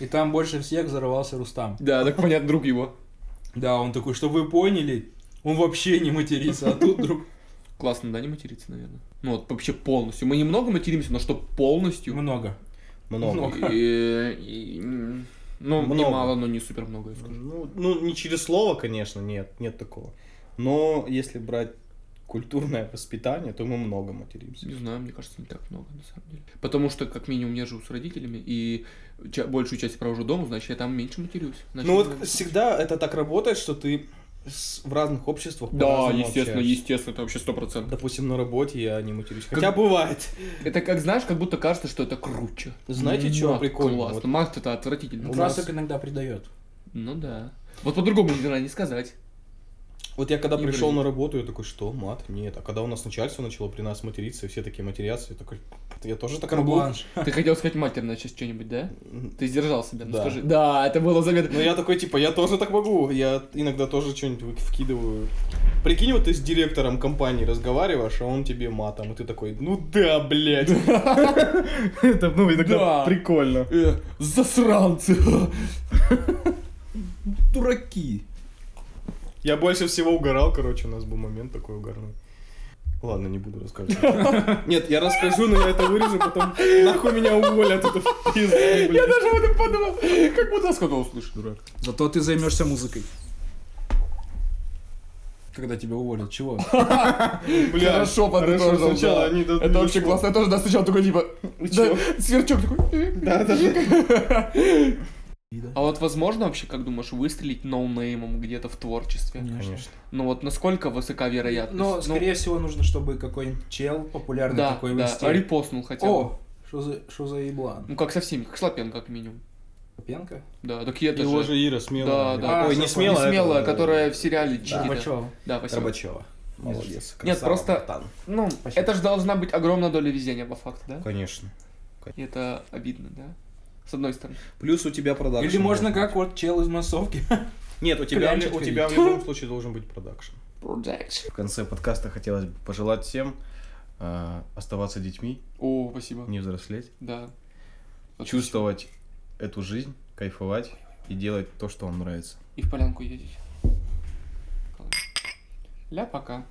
И там больше всех взорвался Рустам.
Да, так понятно, друг его.
Да, он такой, что вы поняли, он вообще не матерится, а тут вдруг...
Классно, да, не материться, наверное. Ну вот вообще полностью. Мы немного материмся, но что полностью.
Много.
Много.
И- и- м, Ну,
Много.
немало, но не супер много, я скажу.
Ну, ну, не через слово, конечно, нет, нет такого. Но если брать культурное воспитание, то мы много материмся.
Не знаю, мне кажется, не так много, на самом деле. Потому что, как минимум, я живу с родителями, и ча- большую часть провожу дома, значит, я там меньше матерюсь. Значит,
Ну
я могу.
вот всегда это так работает, что ты с- в разных обществах
Да,
по-разному
естественно,
общаешься.
естественно, это вообще сто процентов.
Допустим, на работе я не матерюсь.
Как-
Хотя бывает.
Это как, знаешь, как будто кажется, что это круче.
Знаете, чё
Мат
прикольно?
Классно.
Вот-
Мат это отвратительно.
У нас-
Ну, Красок иногда придает.
Ну да. Вот по-другому, наверное, не сказать.
Вот я когда
И
пришел
блин.
на работу, я такой, что, мат? Нет. А когда у нас начальство начало при нас материться, и все такие матерятся, я такой, я тоже так работаю.
Бланш.
Ты хотел сказать матерное сейчас что-нибудь, да? Ты сдержал себя, ну
Да.
скажи. Да, это было заметно.
Но я такой, типа, я тоже так могу. Я иногда тоже что-нибудь вкидываю. Прикинь, вот ты с директором компании разговариваешь, а он тебе матом, и ты такой, ну да, блядь. Это, ну,
Да.
прикольно.
Э, засранцы!
Дураки.
Я больше всего угорал, короче, у нас был момент такой угарный. Ладно, не буду рассказывать. Нет, я расскажу, но я это вырежу, потом нахуй меня уволят. Это в пизду,
Я
блядь.
даже об этом подумал. Как будто сказал, услышь, дурак.
Зато ты займешься музыкой. Когда тебя уволят, чего?
Бля,
Хорошо подытожил,
хорошо, сначала
да.
они до-
Это вообще классно. Я тоже, да, сначала такой, типа...
Вы
да,
чё?
Сверчок такой... э.
Да, да, да.
А вот возможно вообще, как думаешь, выстрелить ноунеймом где-то в творчестве?
Конечно.
Ну вот насколько высока вероятность?
Но,
Ну,
скорее всего, нужно, чтобы какой-нибудь чел популярный
да,
такой
да,
вести.
репостнул хотя бы.
О, что за, что за еблан?
Ну как со всеми, как Шлапенко как минимум.
Пенка?
Да, так я
Его
тоже...
же Ира
Да,
смелая.
да.
А,
Ой, не
совсем
смелая. это-
смелая, которая в сериале чили.
Горбачева.
Да, спасибо.
Рыбачева. Молодец.
Нет,
красава,
просто-
братан.
Ну,
Спасибо.
это же должна быть огромная доля везения по факту, да?
Конечно.
И это обидно, да? С одной стороны.
Плюс у тебя продакшн.
Или можно
должен
как вот чел из массовки.
быть. Нет, у тебя,
Клянчить
у тебя в
ходить.
любом случае должен быть продакшн. В конце подкаста хотелось бы пожелать всем э, оставаться детьми,
О, спасибо.
не взрослеть,
Да.
чувствовать эту жизнь, кайфовать и делать то, что вам нравится.
И в полянку ездить. Ля пока.